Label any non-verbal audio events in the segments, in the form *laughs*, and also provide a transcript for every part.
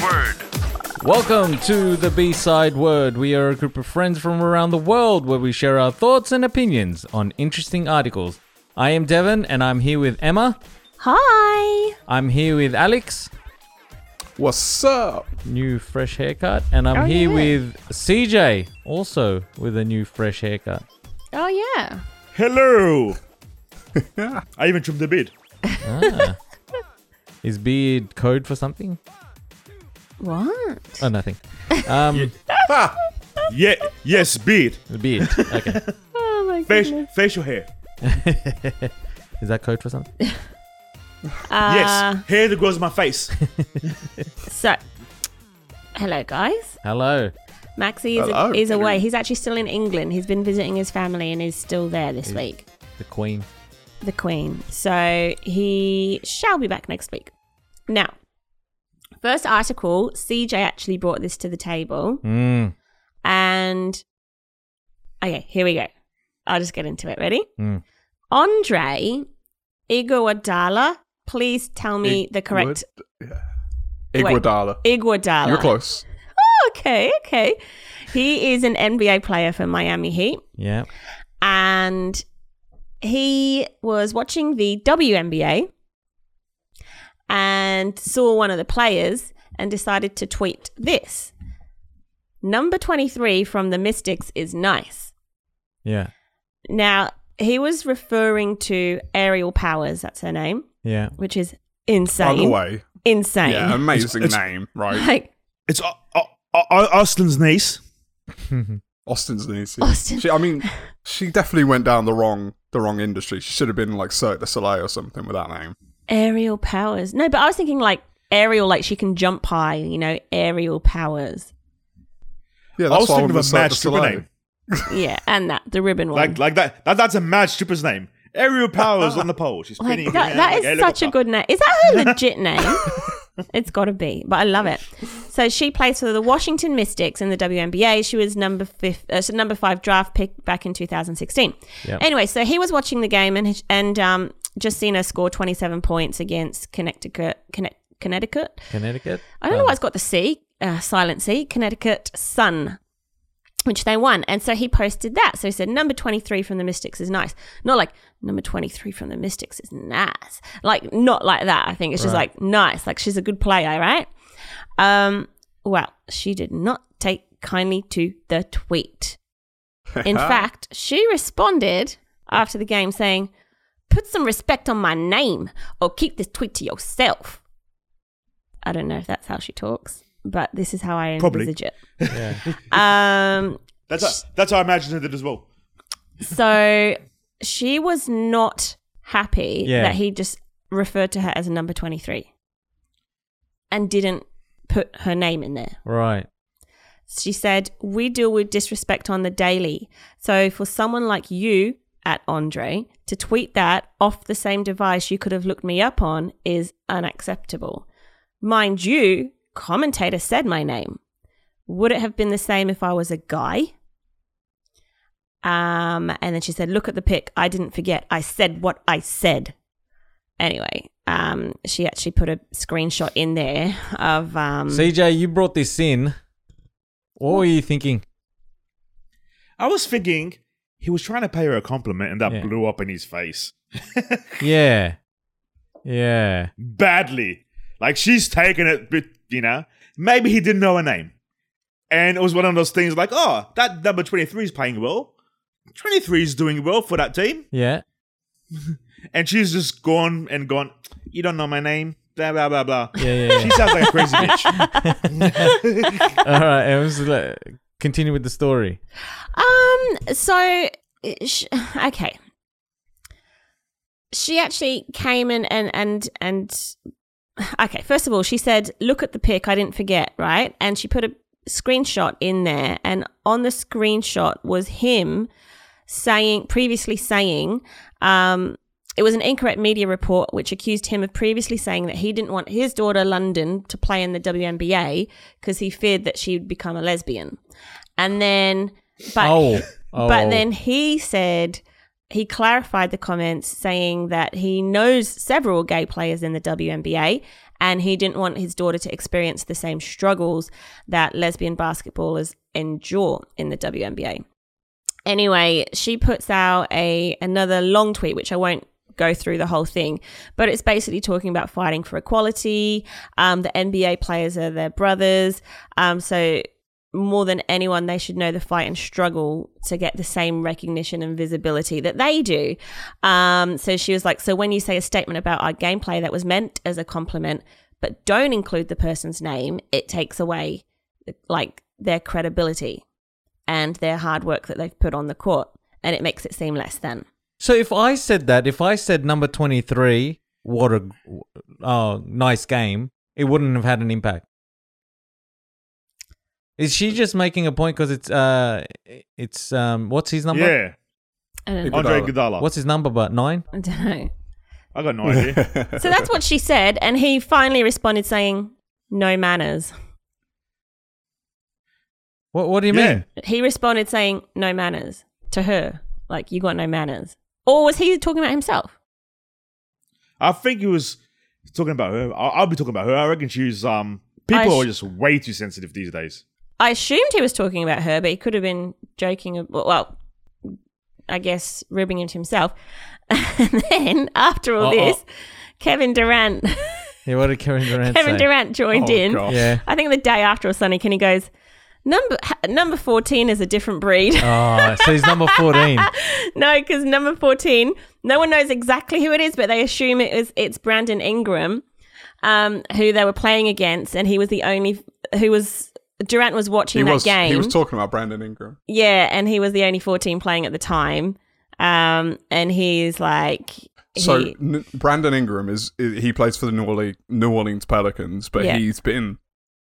Word. Welcome to the B Side Word. We are a group of friends from around the world where we share our thoughts and opinions on interesting articles. I am Devon and I'm here with Emma. Hi. I'm here with Alex, What's up? new fresh haircut, and I'm Oh, here yeah. with CJ, also with a new fresh haircut. Oh yeah. Hello. I even trimmed the beard. Is beard code for something? What? Oh, nothing. Um, Yeah. Yes, beard. the *laughs* beard. Okay. Oh my Facial, facial hair. Is that code for something? Ah. yes, hair that grows in my face. Uh, So, hello guys. Hello. Maxie is, Hello. is away. He's actually still in England. He's been visiting his family and is still there this week. The Queen. The Queen. So he shall be back next week. Now, first article. CJ actually brought this to the table, Mm, and okay, here we go. I'll just get into it. Ready? mm. Andre Iguodala. Please tell me the correct Iguodala. Iguodala. You're close. Oh, Okay, okay. He is an NBA player for Miami Heat, Yeah. and he was watching the WNBA and saw one of the players and decided to tweet this. Number 23 from the Mystics is nice. Yeah. Now, he was referring to Ariel Powers, that's her name, Yeah. which is By the insane. way, Insane. *laughs* yeah, amazing It's- name, right? Like, It's uh, uh, uh, Austin's niece. Austin's niece. Austin. She, I mean, she definitely went down the wrong the wrong industry. She should have been like Cirque du Soleil or something with that name. Aerial powers. No, but I was thinking like aerial, like she can jump high, you know, aerial powers. Yeah, I that's was why I thinking went with of a Cirque mad du stripper Soleil. name, Yeah, and that, the ribbon one. like like that, that. That's a mad stripper's name. Ariel Powers on the pole. She's Like, spinning. that, Oh that is such a good name. Is that *laughs* her legit name? It's got to be, but I love it. So she plays for the Washington Mystics in the WNBA. She was number fifth, uh, so number five draft pick back in 2016. Yep. Anyway, so he was watching the game and and um, just seen her score 27 points against Connecticut, Connect, Connecticut. Connecticut. I don't know why it's got the C, uh, silent C, Connecticut Sun, which they won. And so he posted that. So he said, number 23 from the Mystics is nice. Not like, number 23 from the Mystics is nice. Like, not like that, I think. It's just Right. like, nice. Like, she's a good player, right? Um, well, she did not take kindly to the tweet. *laughs* In fact, she responded after the game saying, put some respect on my name or keep this tweet to yourself. I don't know if that's how she talks, but this is how I Probably. envisage it. *laughs* Yeah. Um, That's how, that's how I imagined it as well. so she was not happy Yeah. that he just referred to her as a number 23 and didn't put her name in there. Right. She said, We deal with disrespect on the daily. So for someone like you at Andre to tweet that off the same device you could have looked me up on is unacceptable. Mind you, commentator said my name. Would it have been the same if I was a guy? Um, and then she said, Look at the pic. I didn't forget. I said what I said. Anyway, um, she actually put a screenshot in there of um, CJ, you brought this in. What were you thinking? I was thinking he was trying to pay her a compliment, and that Yeah. blew up in his face Yeah. Yeah. badly. Like she's taking it, but you know, maybe he didn't know her name, and it was one of those things like, oh, that number twenty three is playing well. 23 is doing well for that team. Yeah. And she's just gone and gone, you don't know my name, blah, blah, blah, blah. Yeah. Yeah. *laughs* She sounds like *laughs* a crazy bitch. yeah. All right. It was like, continue with the story. Um. So, sh- okay. She actually came in and and and okay. First of all, she said, "Look at the pic. I didn't forget." Right, and she put a screenshot in there, and on the screenshot was him saying previously saying um, it was an incorrect media report which accused him of previously saying that he didn't want his daughter London to play in the WNBA because he feared that she would become a lesbian. And then, *laughs* but oh. oh. but then he said he clarified the comments saying that he knows several gay players in the WNBA and he didn't want his daughter to experience the same struggles that lesbian basketballers endure in the WNBA. Anyway, she puts out a another long tweet which I won't go through the whole thing, but it's basically talking about fighting for equality. Um, the NBA players are their brothers, um, so more than anyone, they should know the fight and struggle to get the same recognition and visibility that they do. Um, so she was like, So when you say a statement about our gameplay that was meant as a compliment, but don't include the person's name, it takes away like their credibility and their hard work that they've put on the court and it makes it seem less than. So if I said that, if I said number 23, what a uh, nice game, it wouldn't have had an impact. Is she just making a point because it's uh it's um what's his number? Yeah, I don't know. Andre Iguodala. Iguodala. What's his number but 9? *laughs* I don't know. I got no *laughs* idea. So that's what she said. And he finally responded saying, No manners. What what do you Yeah. mean? He responded saying, No manners to her. Like, you got no manners. Or was he talking about himself? I think he was talking about her. I'll, I'll be talking about her. I reckon she's um. People I are sh- just way too sensitive these days. I assumed he was talking about her, but he could have been joking. ab- Well, I guess ribbing it himself. *laughs* And then after all Uh-oh. this, Kevin Durant, *laughs* Yeah, what did Kevin Durant Kevin say? Durant joined Oh, Mm-hmm. in. gosh. Yeah. I think the day after or something, and he goes, "Number ha- number fourteen is a different breed." Oh, so he's number 14. *laughs* No, because number 14, no one knows exactly who it is, but they assume it is it's Brandon Ingram, um, who they were playing against, and he was the only who was Durant was watching he that was game. he was talking about Brandon Ingram. yeah, and he was the only 14 playing at the time. Um, and he's like So he- N- Brandon Ingram is he plays for the New Orleans, New Orleans Pelicans, but Yeah. he's been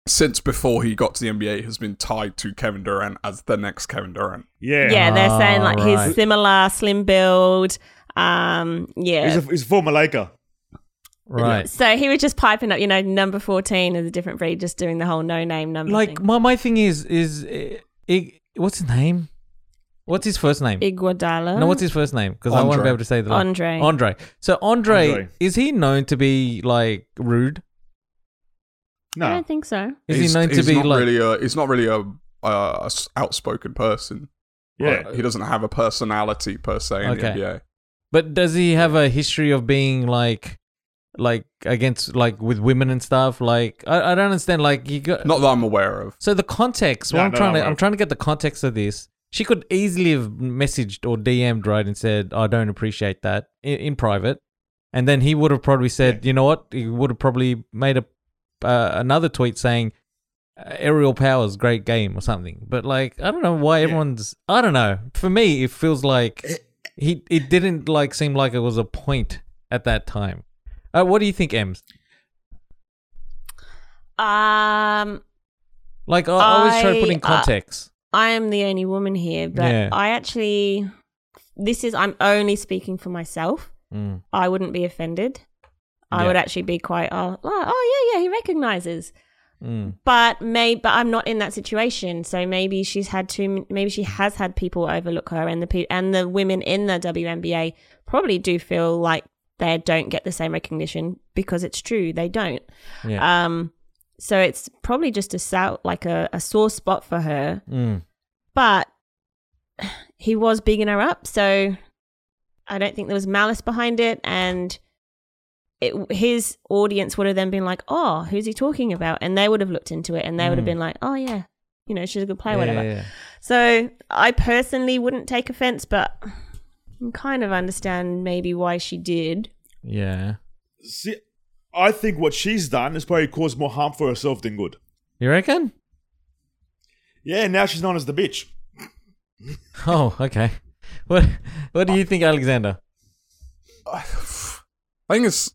since before he got to the NBA has been tied to Kevin Durant as the next Kevin Durant. Yeah. yeah, they're saying like Alright. he's similar, slim build. Um, yeah. He's a, he's a former Laker. Right. so he was just piping up, you know, number 14 is a different breed, just doing the whole no name number. Like thing. my my thing is is uh, Ig- what's his name? What's his first name? Iguodala. No, what's his first name? Because I won't be Andre. able to say the last- Andre. Andre. So Andre, Andre. is he known to be like rude? No. I Ah. don't think so. Is he's, he known to he's be not like? really a, he's not really a, a s- outspoken person. yeah. Like, he doesn't have a personality per se in Okay. the NBA. But does he have a history of being like, like against like with women and stuff? Like I, I don't understand. Like you got Not that I'm aware of. *sighs* so the context. What No, I'm no, trying no, to no. I'm trying to get the context of this. She could easily have messaged or DM'd right and said, "I don't appreciate that" in, in private, and then he would have probably said, "You know what?" He would have probably made a uh, another tweet saying. uh, Aerial powers, great game or something, but like I don't know why everyone's. I don't know. For me, it feels like Eh, he it didn't like seem like it was a point at that time. Uh, what do you think, Ems? Um, Like I, I always try to put I, in uh, context. I am the only woman here, but Yeah. I actually, this is, I'm only speaking for myself. Mm. I wouldn't be offended. I Yeah. would actually be quite, oh, oh, oh, yeah, yeah, he recognizes. Mm. But may, but I'm not in that situation, so maybe she's had too. m- Maybe she has had people overlook her, and the pe- and the women in the WNBA probably do feel like they don't get the same recognition because it's true they don't. uh, Yeah. Um, so it's probably just a sou- like a, a sore spot for her. mm. But *sighs* he was bigging her up, so I don't think there was malice behind it. And it, his audience would have then been like, "Oh, who's he talking about?" And they would have looked into it, and they would have Mm. been like, "Oh yeah, you know, she's a good player, Yeah, whatever." yeah, yeah. So I personally wouldn't take offense, but I kind of understand maybe why she did. Yeah. See, I think what she's done has probably caused more harm for herself than good. You reckon? Yeah, now she's known as the bitch. Oh, okay. *laughs* What What do you think, Alexander? I think it's.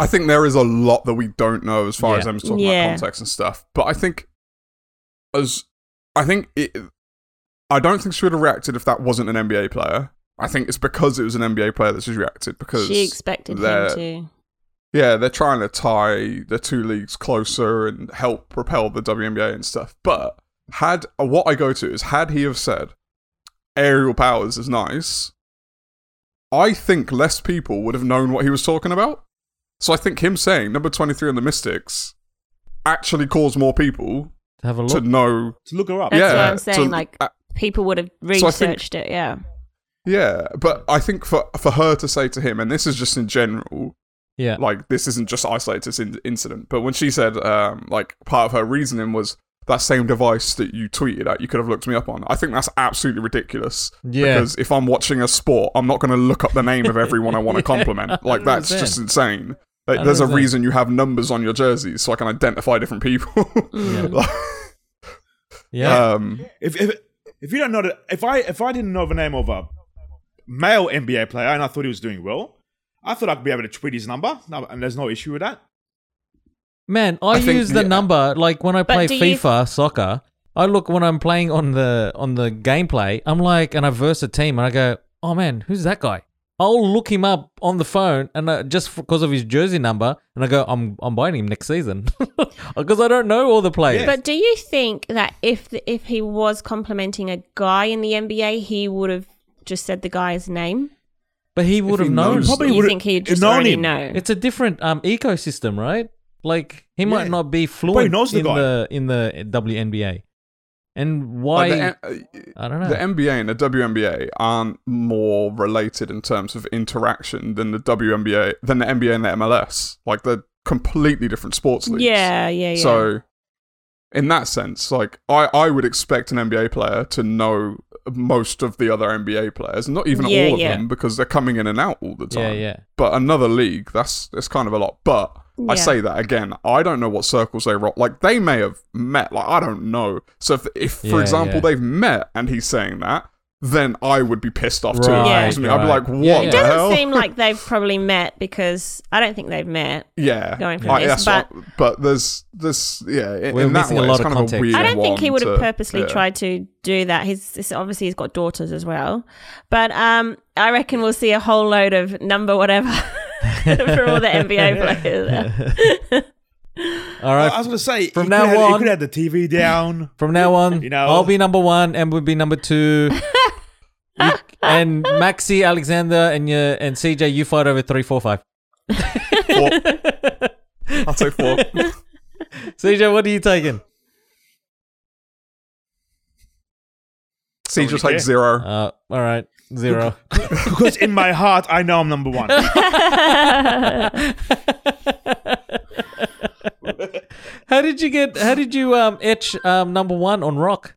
I think there is a lot that we don't know as far Yeah. as I'm talking Yeah. about context and stuff. But I think, as I think it, I don't think she would have reacted if that wasn't an NBA player. I think it's because it was an NBA player that she's reacted because She expected him they're- to. Yeah, they're trying to tie the two leagues closer and help propel the WNBA and stuff. But had what I go to is had he have said aerial powers is nice, I think less people would have known what he was talking about. So I think him saying number 23 on the Mystics actually caused more people Have a to look. know. to look her up. That's yeah. what I'm saying, to- like- uh, People would have So I think- researched it. Yeah. yeah, but I think for, for her to say to him, and this is just in general, Yeah. like this isn't just isolated to this in- incident but when she said um like part of her reasoning was that same device that you tweeted at you could have looked me up on i think that's absolutely ridiculous Yeah. because if i'm watching a sport i'm not going to look up the name of everyone i want to *laughs* Yeah, compliment like that's just 100%. insane like, there's a 100%. reason you have numbers on your jerseys so i can identify different people Mm. *laughs* Like, yeah. um If, if if you don't know that, if I if I didn't know the name of a male NBA player and I thought he was doing well, I thought I'd be able to tweet his number, no, and there's no issue with that. Man, I, I think- uh, use the yeah. number like when I But play do you- FIFA soccer. I look when I'm playing on the on the gameplay. I'm like, and I verse a team, and I go, "Oh man, who's that guy?" I'll look him up on the phone, and uh, just because of his jersey number, and I go, "I'm I'm buying him next season," *laughs* because I don't know all the players. But do you think that if the, if he was complimenting a guy in the NBA, he would have just said the guy's name? But he would he have known. knows- Probably you would've think he'd just known already him. know? It's a different um ecosystem, right? Like he might Yeah. not be fluent knows the in guy. the in the WNBA, and why? like, the uh, M- I don't know. the NBA and the WNBA aren't more related in terms of interaction than the WNBA than the NBA and the MLS. Like they're completely different sports leagues. yeah, yeah, yeah. So in that sense, like I, I would expect an NBA player to know most of the other NBA players, not even Yeah, all of yeah. them, because they're coming in and out all the yeah, time. yeah. But another league, that's it's kind of a lot. But Yeah. I say that again. I don't know what circles they rock. Like they may have met. Like I don't know. So if, if for Yeah, example, yeah. they've met and he's saying that, then I would be pissed off too. if it Right, was me. I'd be right. like, Yeah, what yeah. the it doesn't hell? *laughs* seem like they've probably met because I don't think they've met. yeah, going from I- this, that's what- but there's this. Yeah, in, We're in that missing a way, lot it's of kind of context. a weird. I don't think he one would have to- purposely yeah. tried to do that. He's he's- obviously he's got daughters as well, but um, I reckon we'll see a whole load of number whatever *laughs* for all the *laughs* NBA players. All right. I was gonna say From you now could have, on- you could have the TV down. *laughs* From now on, You know- I'll be number one, and we'll be number two. *laughs* You- and Maxi, Alexander, and uh, and CJ, you fight over three, four, five. *laughs* Four. I'll take four. CJ, what are you taking? C just really take *laughs* zero. Uh, all right, *laughs* zero. because in my heart, I know I'm number one. How did you get? How did you um etch um number one on rock?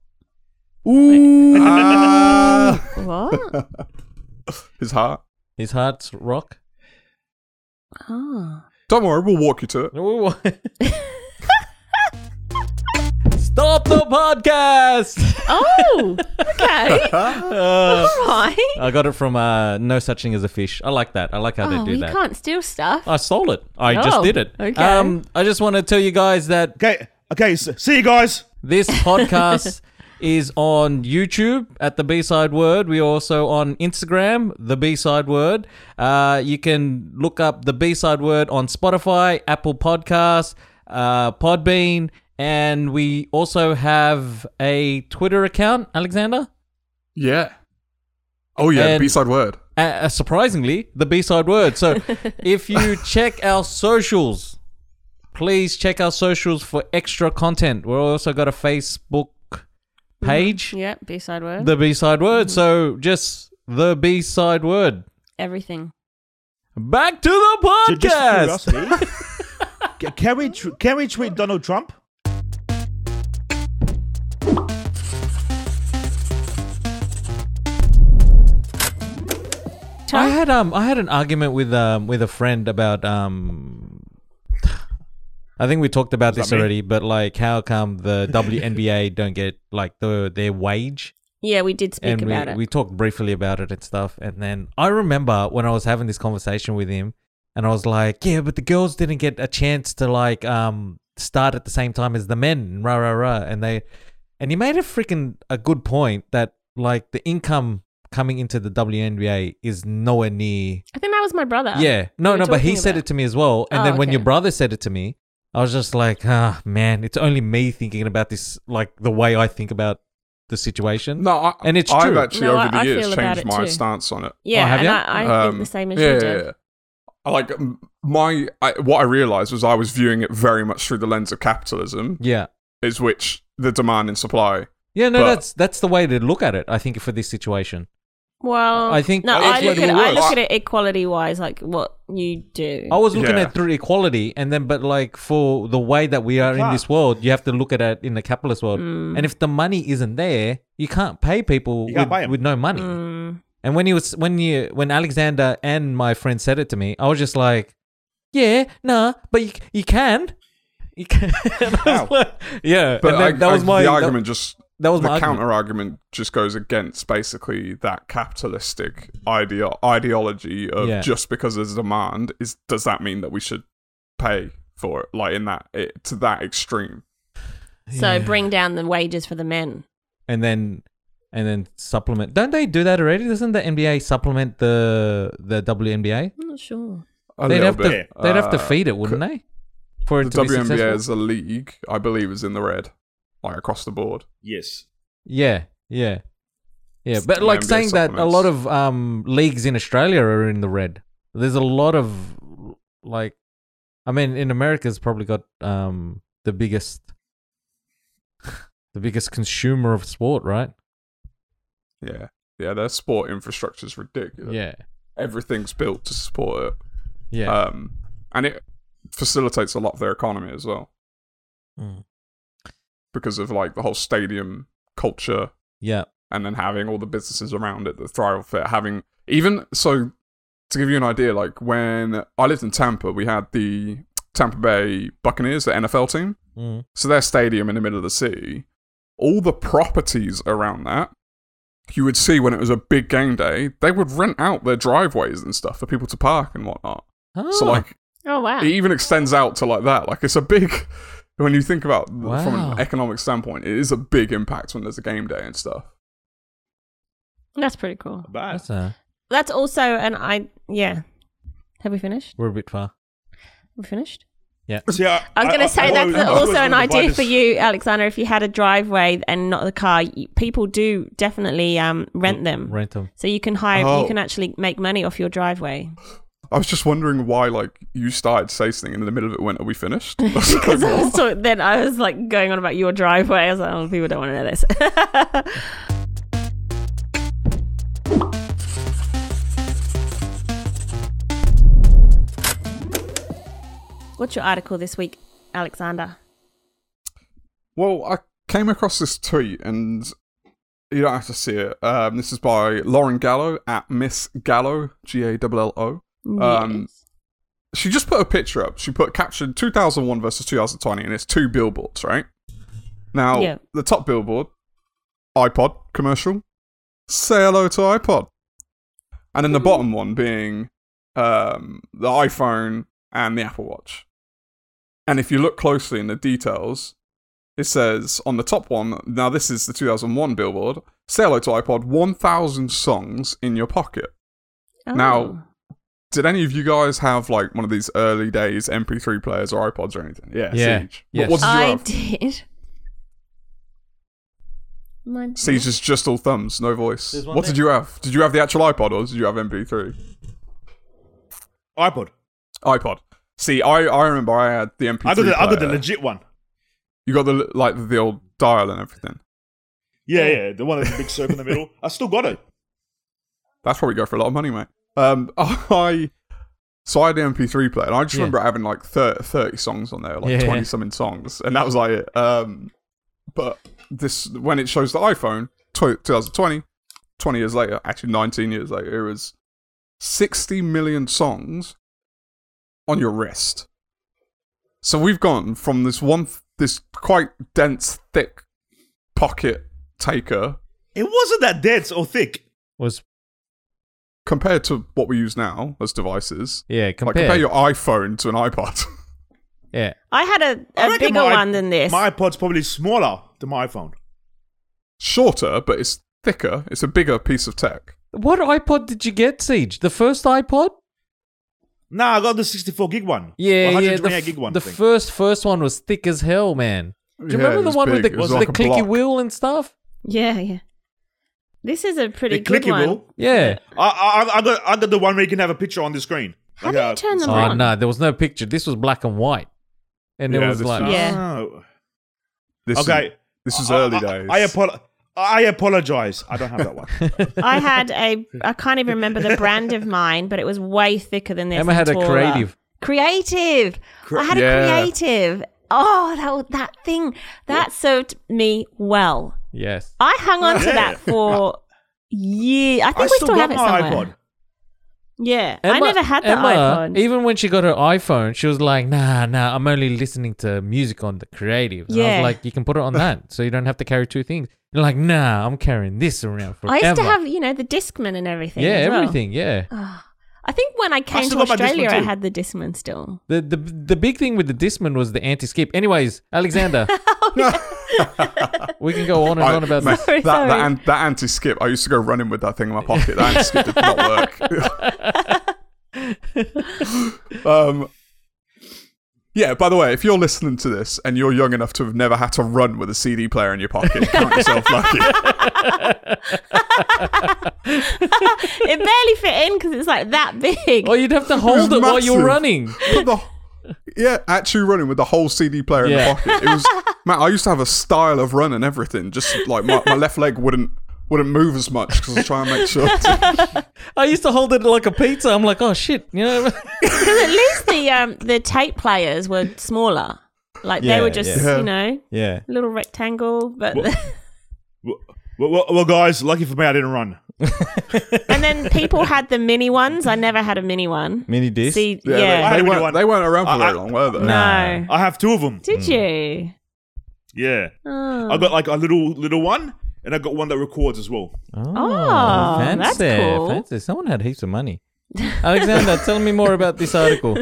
Ah, what? his heart. His heart's rock. Oh. Don't worry, we'll walk you to it. Ooh. *laughs* Stop the podcast. *laughs* Oh, okay. Uh, Right. I got it from uh, No Such Thing as a Fish. I like that. I like how Oh, they do you that. Oh, can't steal stuff. I stole it. I just Oh, did it. okay. Um, I just want to tell you guys that Okay, okay. s see you guys. this podcast is on YouTube at the B Side Word. We're also on Instagram, the B Side Word. Uh, you can look up the B Side Word on Spotify, Apple Podcasts, uh, Podbean, and we also have a Twitter account. Alexander, Yeah. Oh yeah, And- B side word. uh, surprisingly, the B side word. So if you check our socials, please check our socials for extra content. We've also got a Facebook page, Yeah, B side word. the B side word. So just the B side word. Everything. Back to the Ju- Just podcast. for curiosity, c- can we tw- can we tweet Donald Trump? I had um I had an argument with um with a friend about um I think we talked about that this me? already, but like how come the WNBA don't get like the their wage? Yeah, we did speak and we, about it. we talked briefly about it and stuff. And then I remember when I was having this conversation with him, and I was like, "Yeah, but the girls didn't get a chance to like um start at the same time as the men, rah rah rah." And they, and he made a freaking a good point that like the income coming into the WNBA is nowhere near. I think that was my brother. yeah, no, were no, but he talking said about- it to me as well. And Oh, then when your okay. brother said it to me, I was just like, "Ah, man, it's only me thinking about this like the way I think about the situation. No, I, And it's I've true. actually No, I- over the I feel years about changed it my too. stance on it. Oh, Yeah, have and you? I, I Um, think the same as yeah, you yeah, do. yeah. Like m- my, I, what I realized was I was viewing it very much through the lens of capitalism, Yeah. is which the demand and supply. Yeah, no, But- that's that's the way to look at it. I think for this situation, Well, I think- no. I I think look it at I works. look at it equality wise, like what you do. I was looking Yeah. at through equality, and then but like for the way that we are in this Class. world, you have to look at it in the capitalist world. Mm. And if the money isn't there, you can't pay people You can't with, buy 'em. with no money. Mm. And when he was when you when Alexander and my friend said it to me, I was just like, "Yeah, nah, but you, you can." You can. *laughs* And I was Wow. like- yeah, But and that, I- that I- was my the that- argument. just That, was the my argument. counter argument just goes against basically that capitalistic ideo- ideology of Yeah. just because there's demand is does that mean that we should pay for it? Like in that it, to that extreme. So Yeah. bring down the wages for the men. and then and then supplement. Don't they do that already? Doesn't the NBA supplement the the WNBA? I'm not sure. A they'd little have bit. to they'd have to Uh, feed it, wouldn't they? For it the to be WNBA successful. as a league, I believe, is in the red, like across the board. Yes. Yeah, yeah, yeah. But the like NBA saying that a supplements. lot of um, leagues in Australia are in the red. There's a lot of like, I mean, in America, it's probably got um, the biggest, *laughs* the biggest consumer of sport, right? Yeah, yeah, their sport infrastructure is ridiculous. Yeah, everything's built to support it. yeah. Um, and it facilitates a lot of their economy as well Mm. because of like the whole stadium culture yeah. and then having all the businesses around it that thrive off it. Having even so, to give you an idea, like when I lived in Tampa, we had the Tampa Bay Buccaneers, the NFL team. Mm. So their stadium in the middle of the city, all the properties around that, you would see when it was a big game day, they would rent out their driveways and stuff for people to park and whatnot. So Ah, like Oh wow. it even extends out to like that. Like it's a big when you think about th- from Wow. an economic standpoint, it is a big impact when there's a game day and stuff. That's pretty cool. Bad. Ah, that's a, That's also an I. Yeah. Have we finished? we're a bit far. We finished. See, I, I was going to say I that's always- I always also an wanted to buy idea this- for you, Alexander. If you had a driveway and not the car, you, people do definitely um, rent them, Rent them. so you can hire. Oh. You can actually make money off your driveway. I was just wondering why like you started saying something and in the middle of it went, Are we finished? That's like, Because I what? was talk- then I was like going on about your driveway. I was like, oh, people don't want to know this. *laughs* What's your article this week, Alexander? Well, I came across this tweet and you don't have to see it. Um, this is by Lauren Gallo at Miss Gallo, G A L L O. Um, Yes. She just put a picture up. She put caption 2001 versus 2020, and it's two billboards, right? Now, Yeah. the top billboard, iPod commercial, say hello to iPod. And then the bottom one being um, the iPhone and the Apple Watch. And if you look closely in the details, it says on the top one, now this is the 2001 billboard, say hello to iPod, 1,000 songs in your pocket. Oh. Now, did any of you guys have like one of these early days MP3 players or iPods or anything? Yeah, Yeah. Siege. Yes. What, what did you I have? did. Mine- Siege is just all thumbs, no voice. There's one What there. did you have? Did you have the actual iPod or did you have MP3? iPod. iPod. See, I, I remember I had the MP3 I got the, I got the player. legit one. you got the like the old dial and everything. Yeah, yeah, the one that's a big circle in the middle. I still got it. That's probably go for a lot of money, mate. Um, *laughs* I so I had the MP3 player, and I just Yeah. remember having like 30, 30 songs on there, like Yeah. twenty something songs, and that was like it. Um, but this when it shows the iPhone tw- 2020, 20 years later, actually 19 years later, it was 60 million songs on your wrist. So we've gone from this one, this quite dense, thick pocket taker It wasn't that dense or thick. Was compared to what we use now as devices. yeah. Compare. Like compare your iPhone to an iPod. *laughs* yeah. I had I a, a reckon bigger my- one than this. My iPod's probably smaller than my iPhone. Shorter, but it's thicker. It's a bigger piece of tech. What iPod did you get, Siege? The first iPod? Nah, I got the 64 gig one. Yeah, Or yeah. 128 The, f- gig one. the I think. first first one was thick as hell, man. Do you remember the one with the was, it the clicky wheel and stuff? Yeah, yeah. This is a pretty They're good one. clickable. Yeah. I, I, I got I got the one where you can have a picture on the screen. How do you uh, turn them Oh on? no, there was no picture. This was black and white, and it Yeah, was this like is- Yeah. Oh. This Okay. Is, this is I- early I, days. I, I, apo- I apologize. I don't have that one. *laughs* I had a. *laughs* I can't even remember the brand of mine, but it was way thicker than this. Emma and had a taller. creative. Creative. I had Yeah. a creative. Oh, that was- that thing that served me well. Yes. I hung on to Yeah. that *laughs* for years. I think I we still still have got it my somewhere. iPod. Yeah, I Emma- never had the Emma, iPod. Even when she got her iPhone, she was like, "Nah, nah, I'm only listening to music on the creative." And I Yeah. was like, "You can put it on that, so you don't have to carry two things." You're like, "Nah, I'm carrying this around forever." I used to have, you know, the Discman and everything. yeah, as well. Oh. everything, yeah. I think when I came still to got my Discman Australia, I too. had the Discman still. The, the the big thing with the Discman was the anti-skip. Anyways, *laughs* Alexander, Oh, *laughs* we can go on and I- on about mate, this. Sorry, that, that, sorry. an- that anti skip, I used to go running with that thing in my pocket. That anti skip did *laughs* not work. um, yeah, by the way, if you're listening to this and you're young enough to have never had to run with a CD player in your pocket, count yourself lucky. it barely fit in because it's like that *laughs* big. Or Oh, you'd have to hold it while you're massive. running. Put the- yeah, actually running with the whole CD player Yeah. in the pocket. It was, man, I used to have a style of run and everything. Just like my, my left leg wouldn't wouldn't move as much because I was trying to make sure. to- I used to hold it like a pizza. I'm like, "Oh shit," you know. Because at least the um, the tape players were smaller. Like they Yeah, were just, yeah. you know, *laughs* yeah. little rectangle. But Well, well, well, guys, lucky for me, I didn't run. *laughs* and then people had the mini ones. I never had a mini one. Mini disc. See, yeah. I they, had they, a weren't, one. they weren't around for I- very I- long, were they? no. I have two of them. Did Hmm. you? Yeah, Oh, I got like a little little one, and I got one that records as well. Oh, that's cool. Fancy. Someone had heaps of money. *laughs* Alexander, tell me more about this article.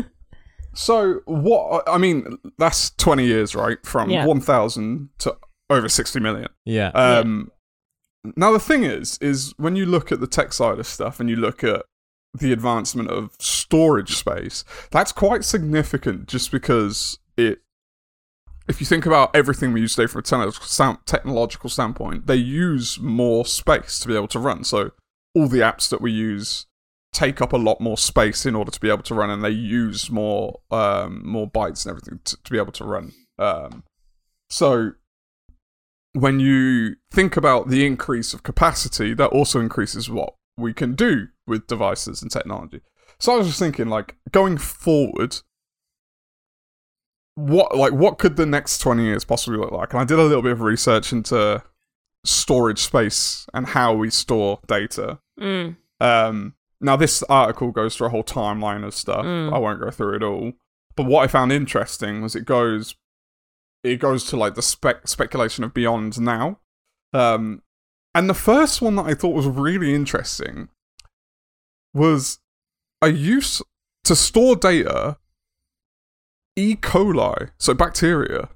So what? I mean, that's twenty years, right? From Yeah. one thousand to over sixty million. Yeah. Um, Now the thing is, is when you look at the tech side of stuff and you look at the advancement of storage space, that's quite significant. Just because it, if you think about everything we use today from a techno- sound- technological standpoint, they use more space to be able to run. So all the apps that we use take up a lot more space in order to be able to run, and they use more um, more bytes and everything to, to be able to run. Um, so when you think about the increase of capacity, that also increases what we can do with devices and technology. So I was just thinking, like going forward, what like what could the next twenty years possibly look like? And I did a little bit of research into storage space and how we store data. Mm. Um, now, this article goes through a whole timeline of stuff. Mm. I won't go through it all. But what I found interesting was it goes, it goes to like the spec speculation of beyond now. Um, and the first one that I thought was really interesting was a use to store data. E. coli, so bacteria.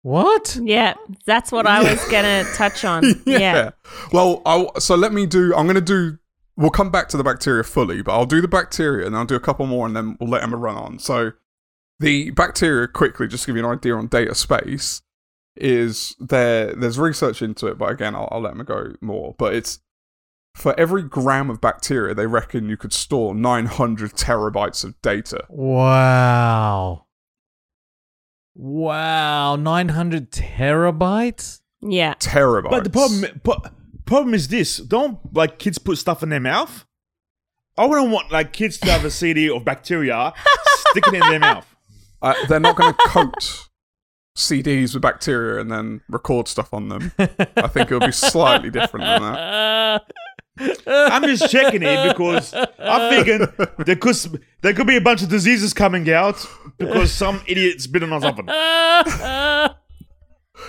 what? Yeah, that's what I was gonna touch *laughs* on. *laughs* Yeah. Well, I'll, so let me do. I'm going to do. We'll come back to the bacteria fully, but I'll do the bacteria and I'll do a couple more and then we'll let Emma run on. So, the bacteria, quickly, just to give you an idea on data space, is there. There's research into it, but again, I'll, I'll let Emma go more. But it's for every gram of bacteria, they reckon you could store 900 terabytes of data. Wow. Wow. 900 terabytes? yeah. Terabytes. But the problem pro- problem is this: don't like kids put stuff in their mouth. I wouldn't want like kids to have a CD of *laughs* bacteria sticking in their mouth. Uh, they're not going to coat CDs with bacteria and then record stuff on them. I think it would be slightly different than that. I'm just checking it because I'm thinking there could s- there could be a bunch of diseases coming out because some idiot's bitten on *laughs* something.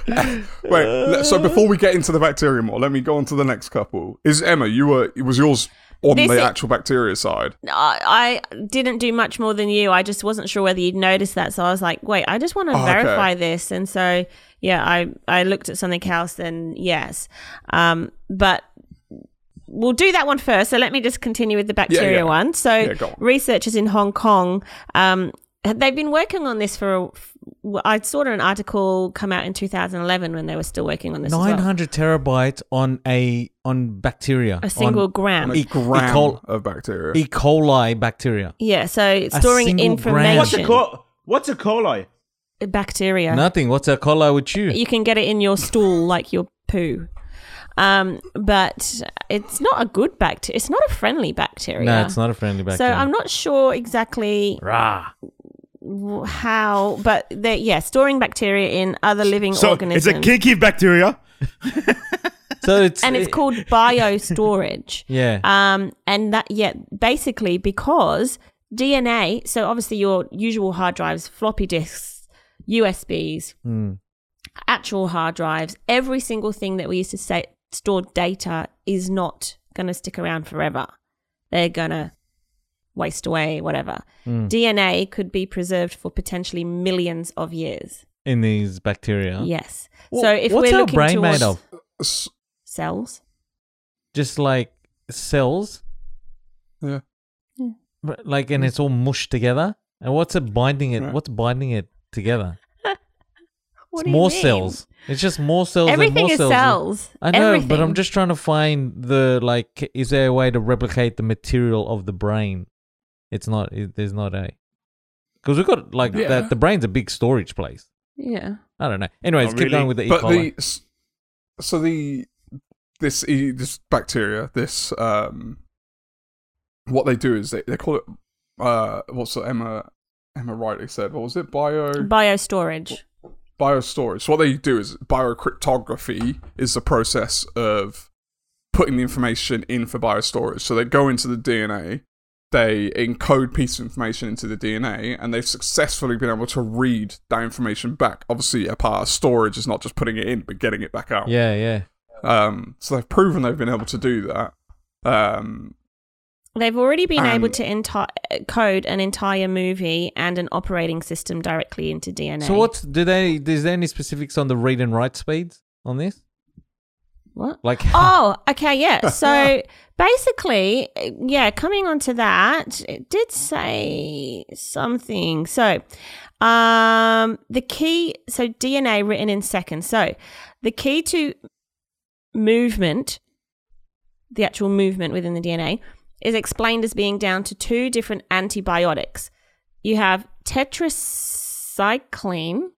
Wait, le- so before we get into the bacteria more, let me go on to the next couple. Is Emma, you were, was yours on This the is- actual bacteria side? I, I didn't do much more than you. I just wasn't sure whether you'd noticed that, so I was like, "Wait, I just want to Oh, okay. verify this." And so, yeah, I I looked at something else, and yes, um, but we'll do that one first. So let me just continue with the bacteria yeah. one. So go on. researchers in Hong Kong, um, they've been working on this for a, well, I saw an article come out in 2011 when they were still working on this. as well. Nine hundred terabytes on a on bacteria. a single on gram. on a E- gram coli- of bacteria. E. coli bacteria. yeah, so A storing single gram. information. What's a co- What's a coli? bacteria. Nothing. What's a coli with you? You can get it in your stool like your poo. Um, but it's not a good bacteria. It's not a friendly bacteria. no, it's not a friendly So bacteria. I'm not sure exactly Rah. w- how, but they yeah, storing bacteria in other living So organisms. it's a kinky bacteria. So it's and it's it- called biostorage. Yeah. Um, and that, yeah, basically because DNA, so obviously your usual hard drives, floppy disks, USBs, Mm. actual hard drives, every single thing that we used to say store data is not going to stick around forever. They're going to waste away, whatever. Hmm. DNA could be preserved for potentially millions of years. in these bacteria. Yes. Wh- so if what's we're our looking brain towards made of? S- cells, Just like cells, yeah. but like, and it's all mushed together. And what's it binding it? Right. What's binding it together? what it's do you more mean? cells. It's just more cells. and Everything more is cells. cells. I know, but Everything. I'm just trying to find the like. Is there a way to replicate the material of the brain? It's not. It, there's not a. Because we've got like Yeah. that. The brain's a big storage place. Yeah. I don't know. Anyways, Not keep really. going with the E. but coli. the s- so the this e, this bacteria this um what they do is they, they call it uh what's what Emma Emma Riley said what was it bio Biostorage. biostorage. So what they do is biocryptography is the process of putting the information in for biostorage. So they go into the DNA, they encode piece of information into the DNA, and they've successfully been able to read that information back. Obviously, a part of storage is not just putting it in, but getting it back out. yeah, yeah. Um, so they've proven they've been able to do that. Um, They've already Um, been able And- to enti- code an entire movie and an operating system directly into DNA. So what's do they? Is there any specifics on the read and write speeds on this? What? Like, *laughs* Oh, *laughs* okay, yeah. So basically, yeah, coming onto that, it did say something. So, um, the key, so DNA written in seconds. So, the key to movement, the actual movement within the DNA, is explained as being down to two different antibiotics. You have tetracycline,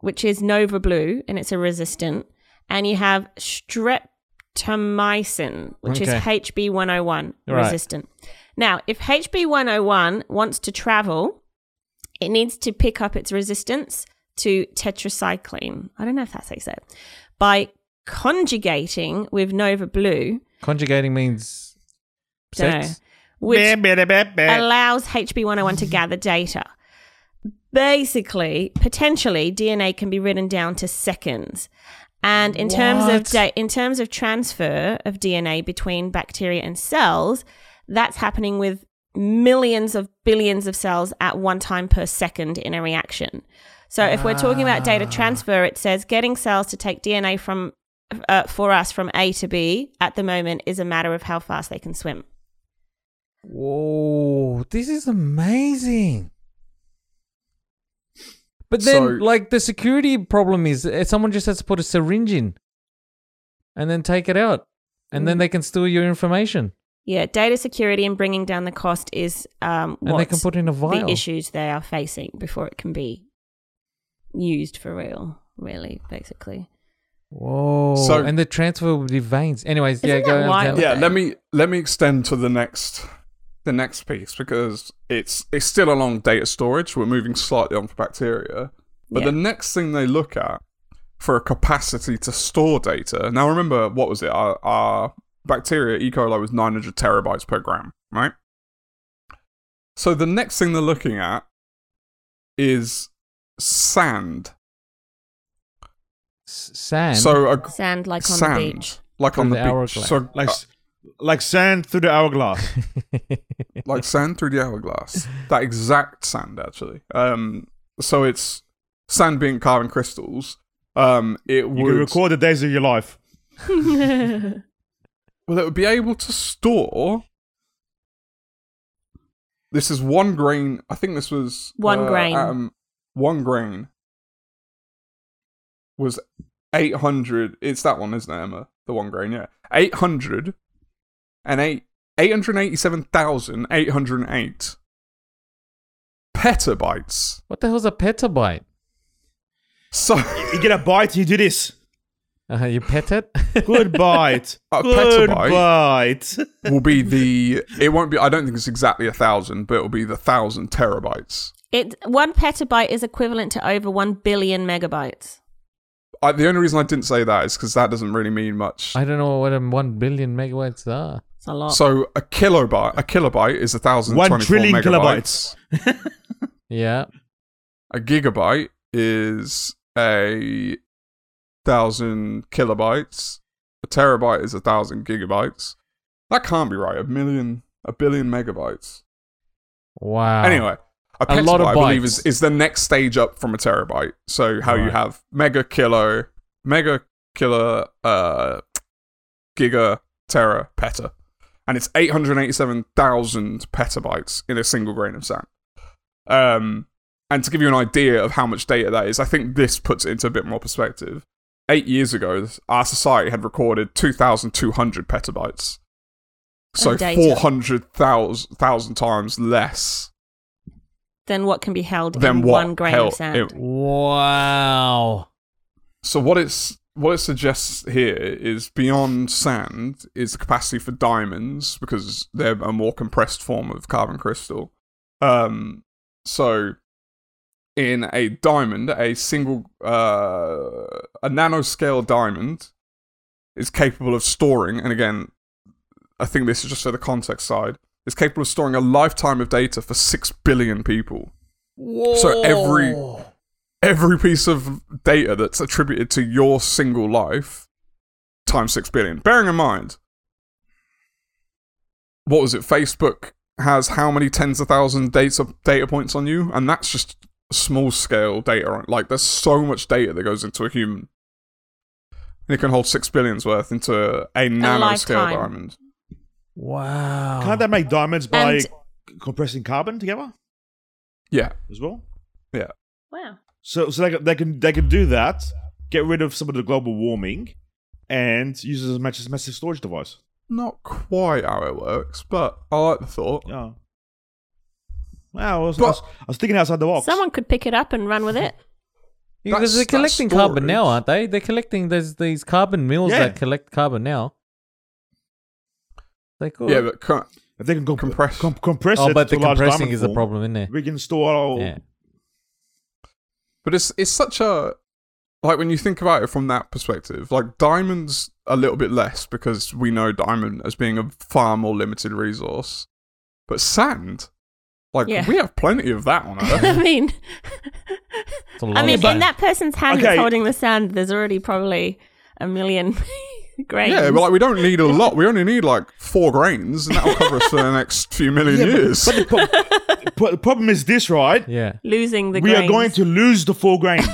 which is Nova Blue, and it's a resistant, and you have streptomycin, which Okay. is HB101 Right. resistant. Now, if HB101 wants to travel, it needs to pick up its resistance to tetracycline. I don't know if that's how you say it. By conjugating with Nova Blue, conjugating means Dunno. sex. which Bam, bam, bam, bam. allows HB101 to gather data. Basically, potentially DNA can be written down to seconds. And in terms of What? da- in terms of transfer of DNA between bacteria and cells, that's happening with millions of billions of cells at one time per second in a reaction. So if we're talking about data transfer, it says getting cells to take DNA from uh, for us from A to B at the moment is a matter of how fast they can swim. Whoa, this is amazing. But then, So- like, the security problem is uh, someone just has to put a syringe in and then take it out, and Mm. then they can steal your information. Yeah, data security and bringing down the cost is um, And they what can put in a vial. the issues they are facing before it can be used for real. Really, basically, Whoa. So- and the transfer with the veins. Anyways, Isn't yeah, that go on, wild? go on. yeah Okay. let me let me extend to the next the next piece because it's it's still along data storage we're moving slightly on for bacteria but the Yeah. next thing they look at for a capacity to store data now remember what was it our, our bacteria e coli was 900 terabytes per gram right so the next thing they're looking at is sand S- Sand. so a sand like on sand the beach. *laughs* like on Through the, the beach hourglass. so Like, s- like sand through the hourglass. *laughs* like sand through the hourglass. That exact sand, actually. Um, so it's sand being carbon crystals. Um, it You can would record the days of your life. well, it would be able to store. This is one grain. I think this was One uh, grain. atom- one grain was 800 it's that one isn't it emma the one grain yeah 800 and eight, 887808 petabytes What the hell's a petabyte? so You get a bite, you do this. Uh, you pet it? *laughs* *laughs* Good bite. A Good petabyte? bite. will be the it won't be i don't think it's exactly a thousand but it'll be the thousand terabytes It one petabyte is equivalent to over one billion megabytes. I, the only reason i didn't say that is because that doesn't really mean much I don't know what um, one billion megabytes are. It's a lot. so a kilobyte a kilobyte is a thousand One trillion megabytes. kilobytes. Yeah. a gigabyte is a thousand kilobytes. A terabyte is a thousand gigabytes. That can't be right. A million, a billion megabytes. Wow. Anyway, a A petabyte, lot of I believe, bytes. is, is the next stage up from a terabyte. So how you Right. have mega, kilo, mega, killer, uh, giga, tera, peta, and it's eight hundred eighty-seven thousand petabytes in a single grain of sand. Um, and to give you an idea of how much data that is, I think this puts it into a bit more perspective. Eight years ago, our society had recorded two thousand two hundred petabytes, so Of data. four hundred thousand times less then what can be held Then in what one grain held- of sand? it- Wow. So what it's what it suggests here is beyond sand is the capacity for diamonds because they're a more compressed form of carbon crystal. Um, so in a diamond, a single uh, a nanoscale diamond is capable of storing, and again, I think this is just for the context side, is capable of storing a lifetime of data for six billion people. So every every piece of data that's attributed to your single life times 6 billion. Bearing in mind, what was it? Facebook has how many tens of thousand data, data points on you? And that's just small scale data. on- Like, there's so much data that goes into a human. And it can hold 6 billion's worth into a, nanoscale lifetime. diamond. Wow. Can't they make diamonds by And- c- compressing carbon together Yeah. as well? wow. So, so they, can- they can they can do that. Get rid of some of the global warming, and use it as much as massive storage device. Not quite how it works, but I like the thought. Yeah. Wow, I was, I But- was, I was thinking outside the box. Someone could pick it up and run with it. *laughs* Because That's- they're that's collecting carbon now, storage. aren't they? They're collecting there's these carbon mills Yeah. that collect carbon now. They could. Yeah, but cur- if they can comp- Compress. com- compress oh, it but the to a large compressing diamond is the form, problem, isn't there? We can store all Yeah. But it's it's such a like when you think about it from that perspective, like diamonds a little bit less because we know diamond as being a far more limited resource. But sand, like Yeah. we have plenty of that on I Earth. *laughs* mean, It's a lot I of mean, sand. in that person's hand Okay. that's holding the sand, there's already probably a million *laughs* grains. yeah, but like we don't need a lot. We only need like four grains, and that'll cover us for the next few million years. But the, pro- but the problem is this, right? Yeah. losing the we grains. are going to lose the four *laughs* grains.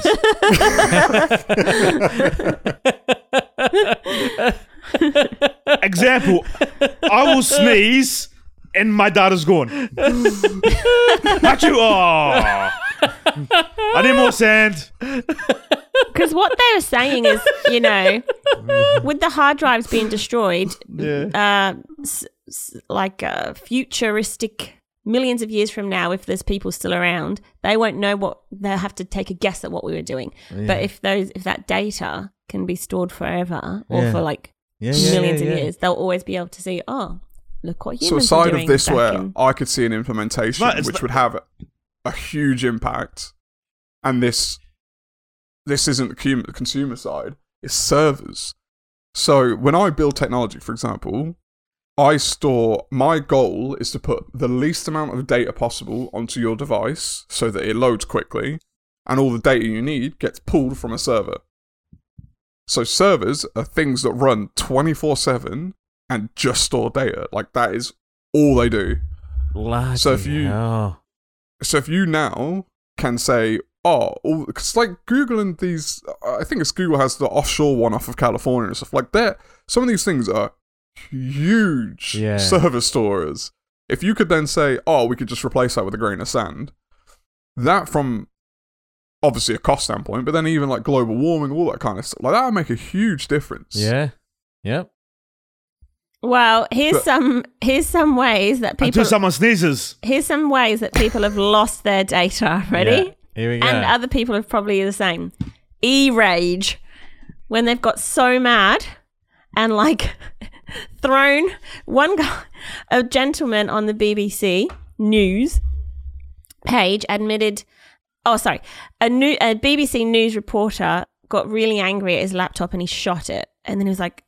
Example: I will sneeze, and my data's gone. Not you. Oh, I need more sand. Because what they were saying is, *laughs* you know, with the hard drives being destroyed, uh, s- s- like uh, futuristic millions of years from now, if there's people still around, they won't know what they'll have to take a guess at what we were doing. But if those, if that data can be stored forever or Yeah. for like yeah, millions of years, they'll always be able to see. Oh, look what humans so were aside doing of this, back where in- I could see an implementation No, it's which not- would have a huge impact, and this this isn't the cum- consumer side; it's servers. So when I build technology, for example, I store. My goal is to put the least amount of data possible onto your device so that it loads quickly, and all the data you need gets pulled from a server. So servers are things that run twenty four seven and just store data. Like that is all they do. Bloody So if you- hell. So if you now can say, oh, because like Google and these, uh, I think it's Google has the offshore one off of California and stuff like that. Some of these things are huge Yeah. server storers. If you could then say, oh, we could just replace that with a grain of sand, that from obviously a cost standpoint, but then even like global warming, all that kind of stuff. Like that would make a huge difference. Yeah. Yep. Well, here's But- some here's some ways that people Until someone sneezes. here's some ways that people have lost their data. Ready? Yeah. Here we go. And other people are probably the same. E rage. When they've got so mad and like *laughs* thrown one guy, a gentleman on the BBC news page admitted, oh, sorry, a, new, a BBC news reporter got really angry at his laptop and he shot it. And then he was like,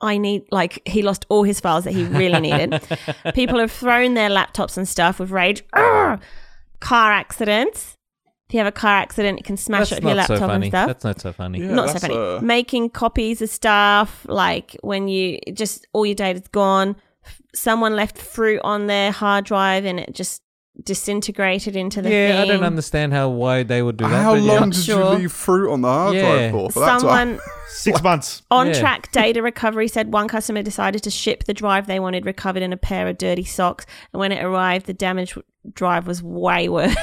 I need, like, he lost all his files that he *laughs* really needed. People have thrown their laptops and stuff with rage. Argh! Car accidents. If you have a car accident, it can smash That's up not your laptop so funny. and stuff That's not so funny. Yeah, not so that's, funny. uh, Making copies of stuff, like when you just all your data's gone. F- Someone left fruit on their hard drive and it just disintegrated into the Yeah, I thing. don't understand how why they would do that. How but yeah. long Not did sure. you leave fruit on the hard Yeah. drive for? for that to happen? *laughs* Someone Six months. on Yeah. track data recovery said one customer decided to ship the drive they wanted recovered in a pair of dirty socks, and when it arrived, the damaged w- drive was way *laughs* worse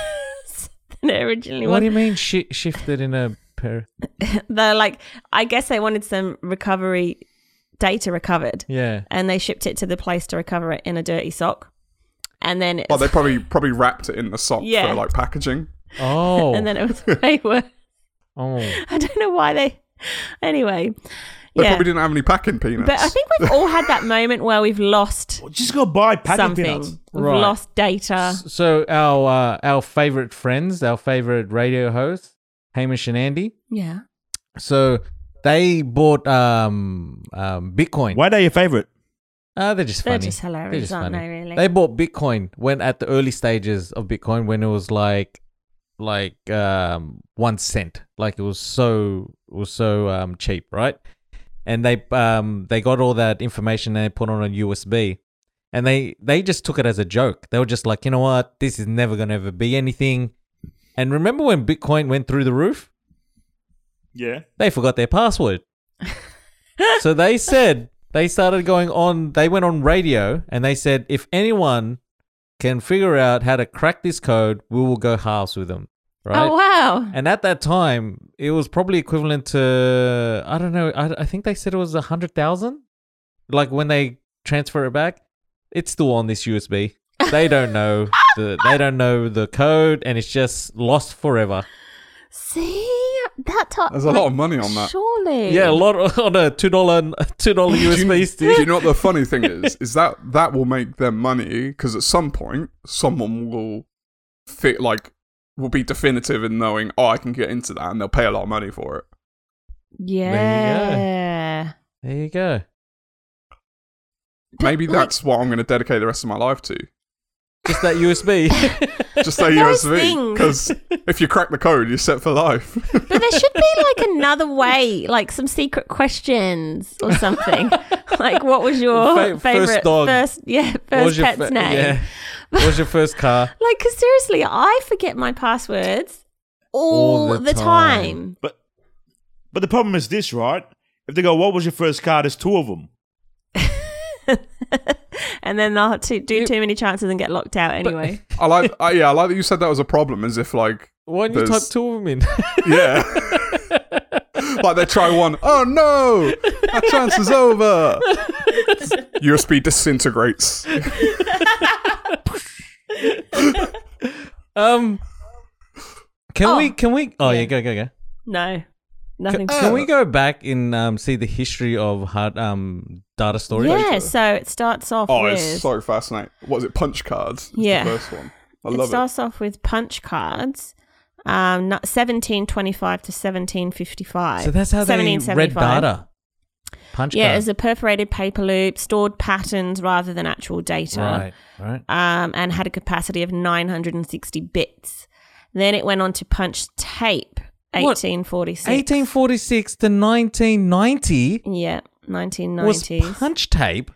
than it originally What was. do you mean shi shifted in a pair? They're like, I guess they wanted some recovery data recovered. Yeah. and they shipped it to the place to recover it in a dirty sock. And then it Like they probably probably wrapped it in the sock Yeah. for like packaging. Oh. *laughs* *laughs* and then it was way worse. oh. I don't know why they. Anyway, They yeah. probably didn't have any packing peanuts. But I think we've all had that moment where we've lost Just go buy packing something. peanuts. We've Right. lost data. So our uh, our favorite friends, our favorite radio hosts, Hamish and Andy. Yeah. So they bought um, um Bitcoin. Why are they your favorite? Uh, they're just They're funny. just hilarious, aren't they, really? They bought Bitcoin when at the early stages of Bitcoin when it was like like um one cent. Like it was so it was so um cheap, right? And they um they got all that information and they put on a USB. And they they just took it as a joke. They were just like, you know what, this is never gonna ever be anything. And remember when Bitcoin went through the roof? Yeah. they forgot their *laughs* password. so they said they started going on. They went on radio and they said, if anyone can figure out how to crack this code, we will go halves with them. Right. Oh wow! And at that time, it was probably equivalent to I don't know. I, I think they said it was a hundred thousand. Like when they transfer it back, it's still on this USB. They don't *laughs* know. the, they don't know the code, and it's just lost forever. See that type. There's a lot of money on that. Surely. Yeah, a lot *laughs* on a two dollar two *laughs* dollar Do you- USB Do you stick. know what the funny thing is? Is that that will make them money because at some point someone will fit like will be definitive in knowing oh I can get into that and they'll pay a lot of money for it. Yeah. There you go. Maybe like- that's what I'm going to dedicate the rest of my life to. Just that *laughs* USB. Just say Those USB because if you crack the code, you're set for life. *laughs* But there should be like another way, like some secret questions *laughs* or something. like, what was your Fa- first favorite dog. first- yeah, What first pet's fir- name. Yeah. What was your first car? Like, 'cause seriously, I forget my passwords all, the, time. But but the problem is this, right? If they go, what was your first car? There's two of them. *laughs* And then they'll have to do too many chances and get locked *laughs* out anyway. I like I, yeah I like that you said that was a problem as if like Why didn't you type There's- two of them in? *laughs* yeah. *laughs* Like they try one, oh no, our chance is over. USB disintegrates. um, can Oh. Uh. we? Can we? Oh yeah, go go go. no, nothing. Can we go back and um, see the history of hard um, data storage? yeah, so it starts off Oh, with it's so fascinating. What is it? Punch cards. is Yeah. The first one. I it love it. starts off with punch cards. Um, not- 1725 to 1755. So that's how they read 1775. data. Punch Yeah, card. as a perforated paper loop, stored patterns rather than actual data, right, right. um, and had a capacity of 960 bits. Then it went on to punch tape, What? 1846. 1846 to 1990 Yeah, was 1990s. punch tape.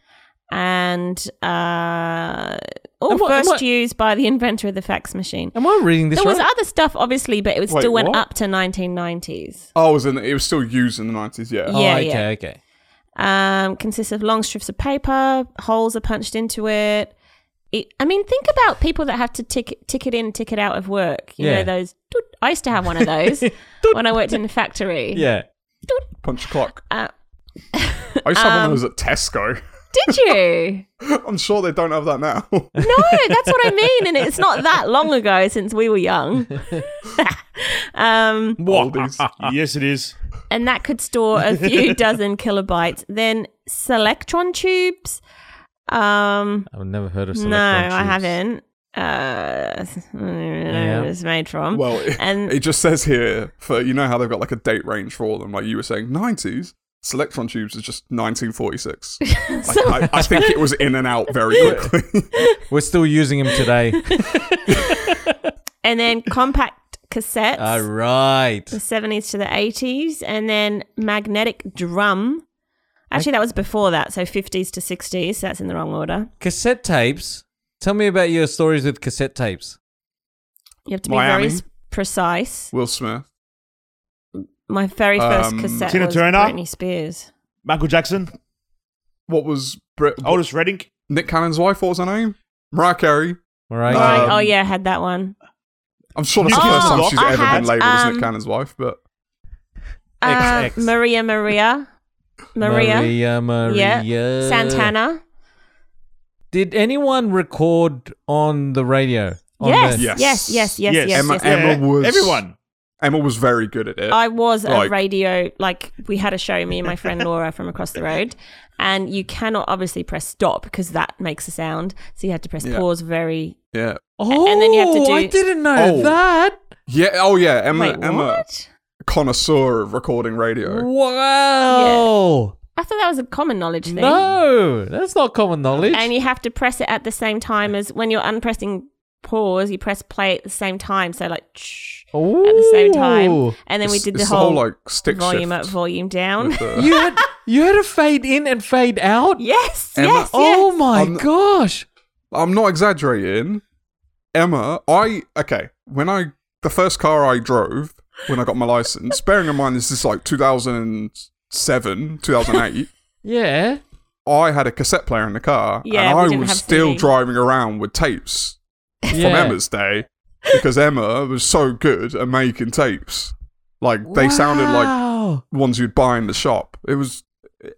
and uh, all And what- and first what- used by the inventor of the fax machine. Am I reading this There was right? other stuff, obviously, but it was Wait, still went what? up to 1990s. Oh, it was in. It was still used in the nineties. Yeah. oh, Yeah, okay, yeah. okay. um, consists of long strips of paper, holes are punched into it. it. I mean, think about people that have to tick, tick it in, tick it out of work. You Yeah. know, those, "Toot, I used to *laughs* have one of those when I worked in a factory. Yeah. Punch a clock. Uh, I used to have one Um, of those at Tesco. *laughs* Did you? I'm sure they don't have *laughs* that now. No, that's what I mean. And it's not that long ago since we *laughs* were young. um, Oldies. yes, it is. and that could store a few *laughs* dozen kilobytes. Then Selectron tubes. Um, I've never heard of no, Selectron I tubes. haven't. Uh, I don't know *laughs* where Yeah. it was made from. Well, it, *laughs* and it just says here for you know how they've got like a date range for all them. Like you were saying, 90s. Selectron tubes is just *laughs* 1946. Like, So- I, I think it was in and out very quickly. *laughs* We're still using them *laughs* today. and then compact cassettes. All right. the 70s to the 80s and then magnetic drum actually that was before that so 50s to 60s so that's in the wrong order Cassette tapes. Tell me about your stories with cassette tapes. you have to be Miami. very s- precise Will Smith. my very first Um, cassette Tina was Turner? Britney Spears Michael Jackson, What was Brit- Otis Redding. Nick Cannon's wife? What was her name? Mariah Carey. All right. Uh, No. Right, Um, oh yeah I had that one I'm sure that's Oh, the first time she's I ever had, been labelled as um, Nick Cannon's wife, but uh, XX. Maria Maria Maria, Maria. Maria. Santana Did anyone record on the radio? On yes, the- Yes. yes yes yes yes yes, Emma- yes, Emma was- Everyone. Emma was very good at it. I was Like- a radio like we had a show me and my friend Laura from across the road and you cannot obviously press stop because that makes a sound so you had to press Yeah. pause very yeah. Oh, and then you have to I do- didn't know Oh. that. Yeah. Oh, yeah. Emma, Wait, Emma, what? connoisseur of recording radio. Wow. I thought that was a common knowledge thing. No, that's not common knowledge. And you have to press it at the same time as when you're unpressing pause, you press play at the same time. So like shh, at the same time. Ooh. And then we It's- did the it's whole, like stick volume up, shift. volume down. with the- you had you had a fade in and fade out. *laughs* yes, Emma- yes, Oh my Um, gosh! I'm not exaggerating. Emma, I okay. When I the first car I drove when I got my license, bearing in mind this is like 2007, *laughs* 2008, Yeah, I had a cassette player in the car, Yeah, we and I didn't was have still CD. driving around with tapes yeah. from Emma's day because Emma was so good at making tapes. Like they sounded like Wow. ones you'd buy in the shop. It was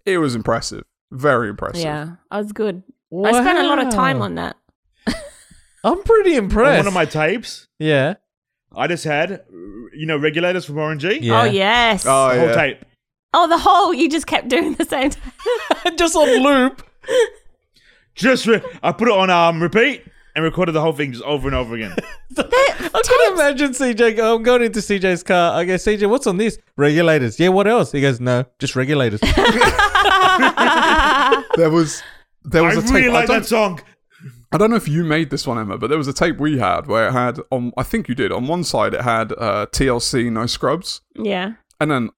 it was impressive, very impressive. yes. Yeah, I was good. I spent a lot of time Wow. on that. I'm pretty On impressed. one of my tapes, yeah, I just had, you know, regulators from RNG. Yeah. Oh yes. Oh, The whole yeah. tape. oh, the whole you just kept doing the same. Time. *laughs* *laughs* just on *laughs* loop. Just re- I put it on um repeat and recorded the whole thing just over and over *laughs* again. I can imagine CJ. go- "Oh, I'm going into CJ's car. I go, CJ, what's on this? Regulators. Yeah, what else? He goes, no, just *laughs* regulators. There was there I was a tape. really I like don't- that song. I don't know if you made this one, Emma, but there was a tape we had where it had on. I think you did. On one side, it had uh, TLC, No Scrubs, yeah. and then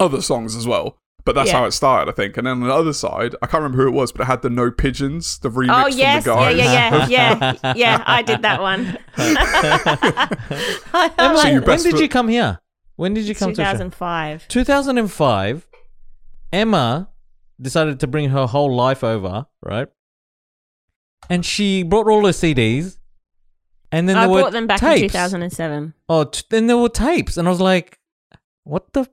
other songs as well. But that's Yeah. how it started, I think. And then on the other side, I can't remember who it was, but it had the No Pigeons, the remix Oh from yes, the yeah, guys. yeah, yeah, yeah, yeah. I did that *laughs* one. *laughs* I Emma, So you when best did look- you come here? When did you come to Australia? 2005. 2005, Emma decided to bring her whole life over, right? And she brought all her CDs, and then I there were bought them back tapes. in 2007. Oh, t- then there were tapes, and I was like, "What the?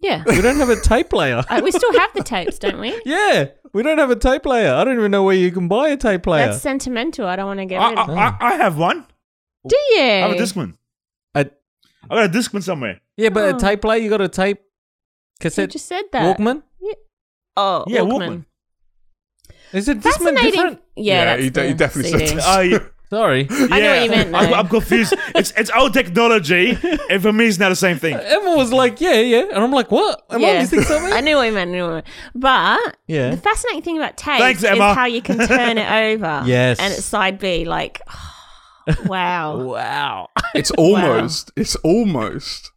Yeah. We don't have a tape player." *laughs* Uh, we still have the tapes, don't we? *laughs* yeah, we don't have a tape player. I don't even know where you can buy a tape player. That's sentimental. I don't want to get I, rid of Uh-uh. it. I, I, I have one. Do Oh, you? I have a Discman. A- I got a Discman *laughs* somewhere. yeah, but Oh. a tape player, you got a tape You cassette just said that. Walkman. Oh, Yeah, Walkman. Is it this one Fascinating. different? Yeah, Yeah, that's he de- he the definitely said CD. that. I, *gasps* Sorry, I know what you *laughs* meant, I'm, though. *laughs* I'm confused. it's it's old technology, and for me, it's not the same thing. Emma was like, "Yeah, yeah," and I'm like, "What? Am I Yeah. *laughs* missing something?" I knew what you meant. I knew what you meant. But Yeah. the fascinating thing about tapes Thanks, is Emma. how you can turn *laughs* it over. Yes. And it's side B. Like, *sighs* wow. *laughs* Wow. *laughs* It's almost, it's almost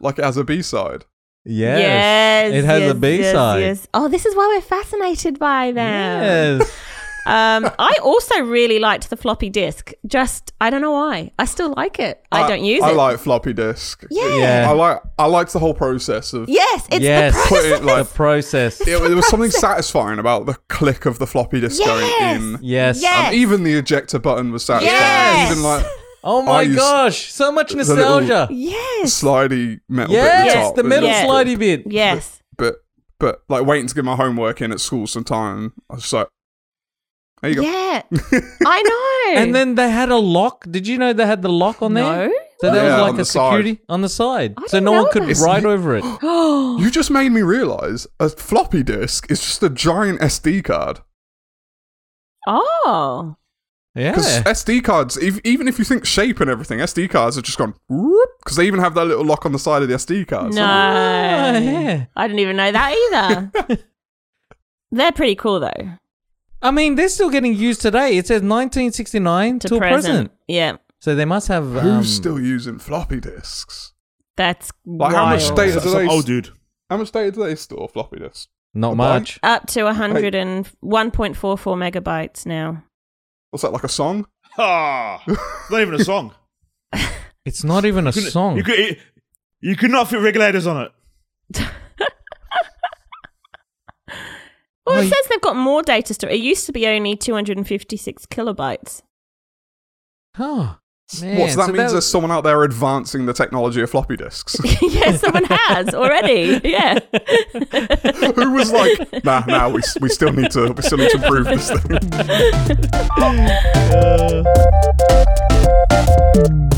like it has a B side. *laughs* Yes. Yes, It has yes, a B side. yes, yes. Oh, this is why we're fascinated by them. Yes. Um, I also really liked the floppy disk. Just I don't know why. I still like it. I, don't use Uh, I it. like floppy disk. *laughs* yeah. Yeah. I like, I liked the whole process of. Yes, it's yes. the Put it like the process. it, there was something satisfying about the click of the floppy *laughs* disk Yes. going in. Yes. Yes. Um, even the ejector button was satisfying. Yes. Even like Oh my I used- gosh, so much little- nostalgia. Yes. slidey metal bit at Yes, top. the It metal was Yeah. good. slidey bit. Yes. But but like waiting to get my homework in at school sometime. I was just like, there you go. Yeah. *laughs* I know. *laughs* And then they had a lock. Did you know they had the lock on there? No. So that Oh, Yeah, was on like the a side. security on the side. I So didn't no one know could that. ride over it. Oh. You just made me realize a floppy disk is just a giant SD card. *gasps* Oh. Because Yeah. SD cards, ev- even if you think shape and everything, SD cards have just gone because they even have that little lock on the side of the SD card. No. Ah, yeah. I didn't even know that either. *laughs* They're pretty cool though. I mean, they're still getting used today. It says 1969 To till present. present. Yeah. So they must have. Who's um, still using floppy disks? That's Like, how much wild. data Some- do some they- old *laughs* dude. How much data do they store floppy disks? Not A much. Up to 100 and 1.44 megabytes now. What's that like a song? Ah, it's not even a song. It's not even a Couldn't- song. You could, you could not fit regulators on it. Well, Oh, it you- says they've got more data store. It used to be only 256 kilobytes. *laughs* Huh. Man, what? So so that means that- there's someone out there advancing the technology of floppy disks. *laughs* yeah, *laughs* someone has already. Yeah. Who was like, *laughs* nah, nah, we, we still need to we still need to improve this thing. Uh,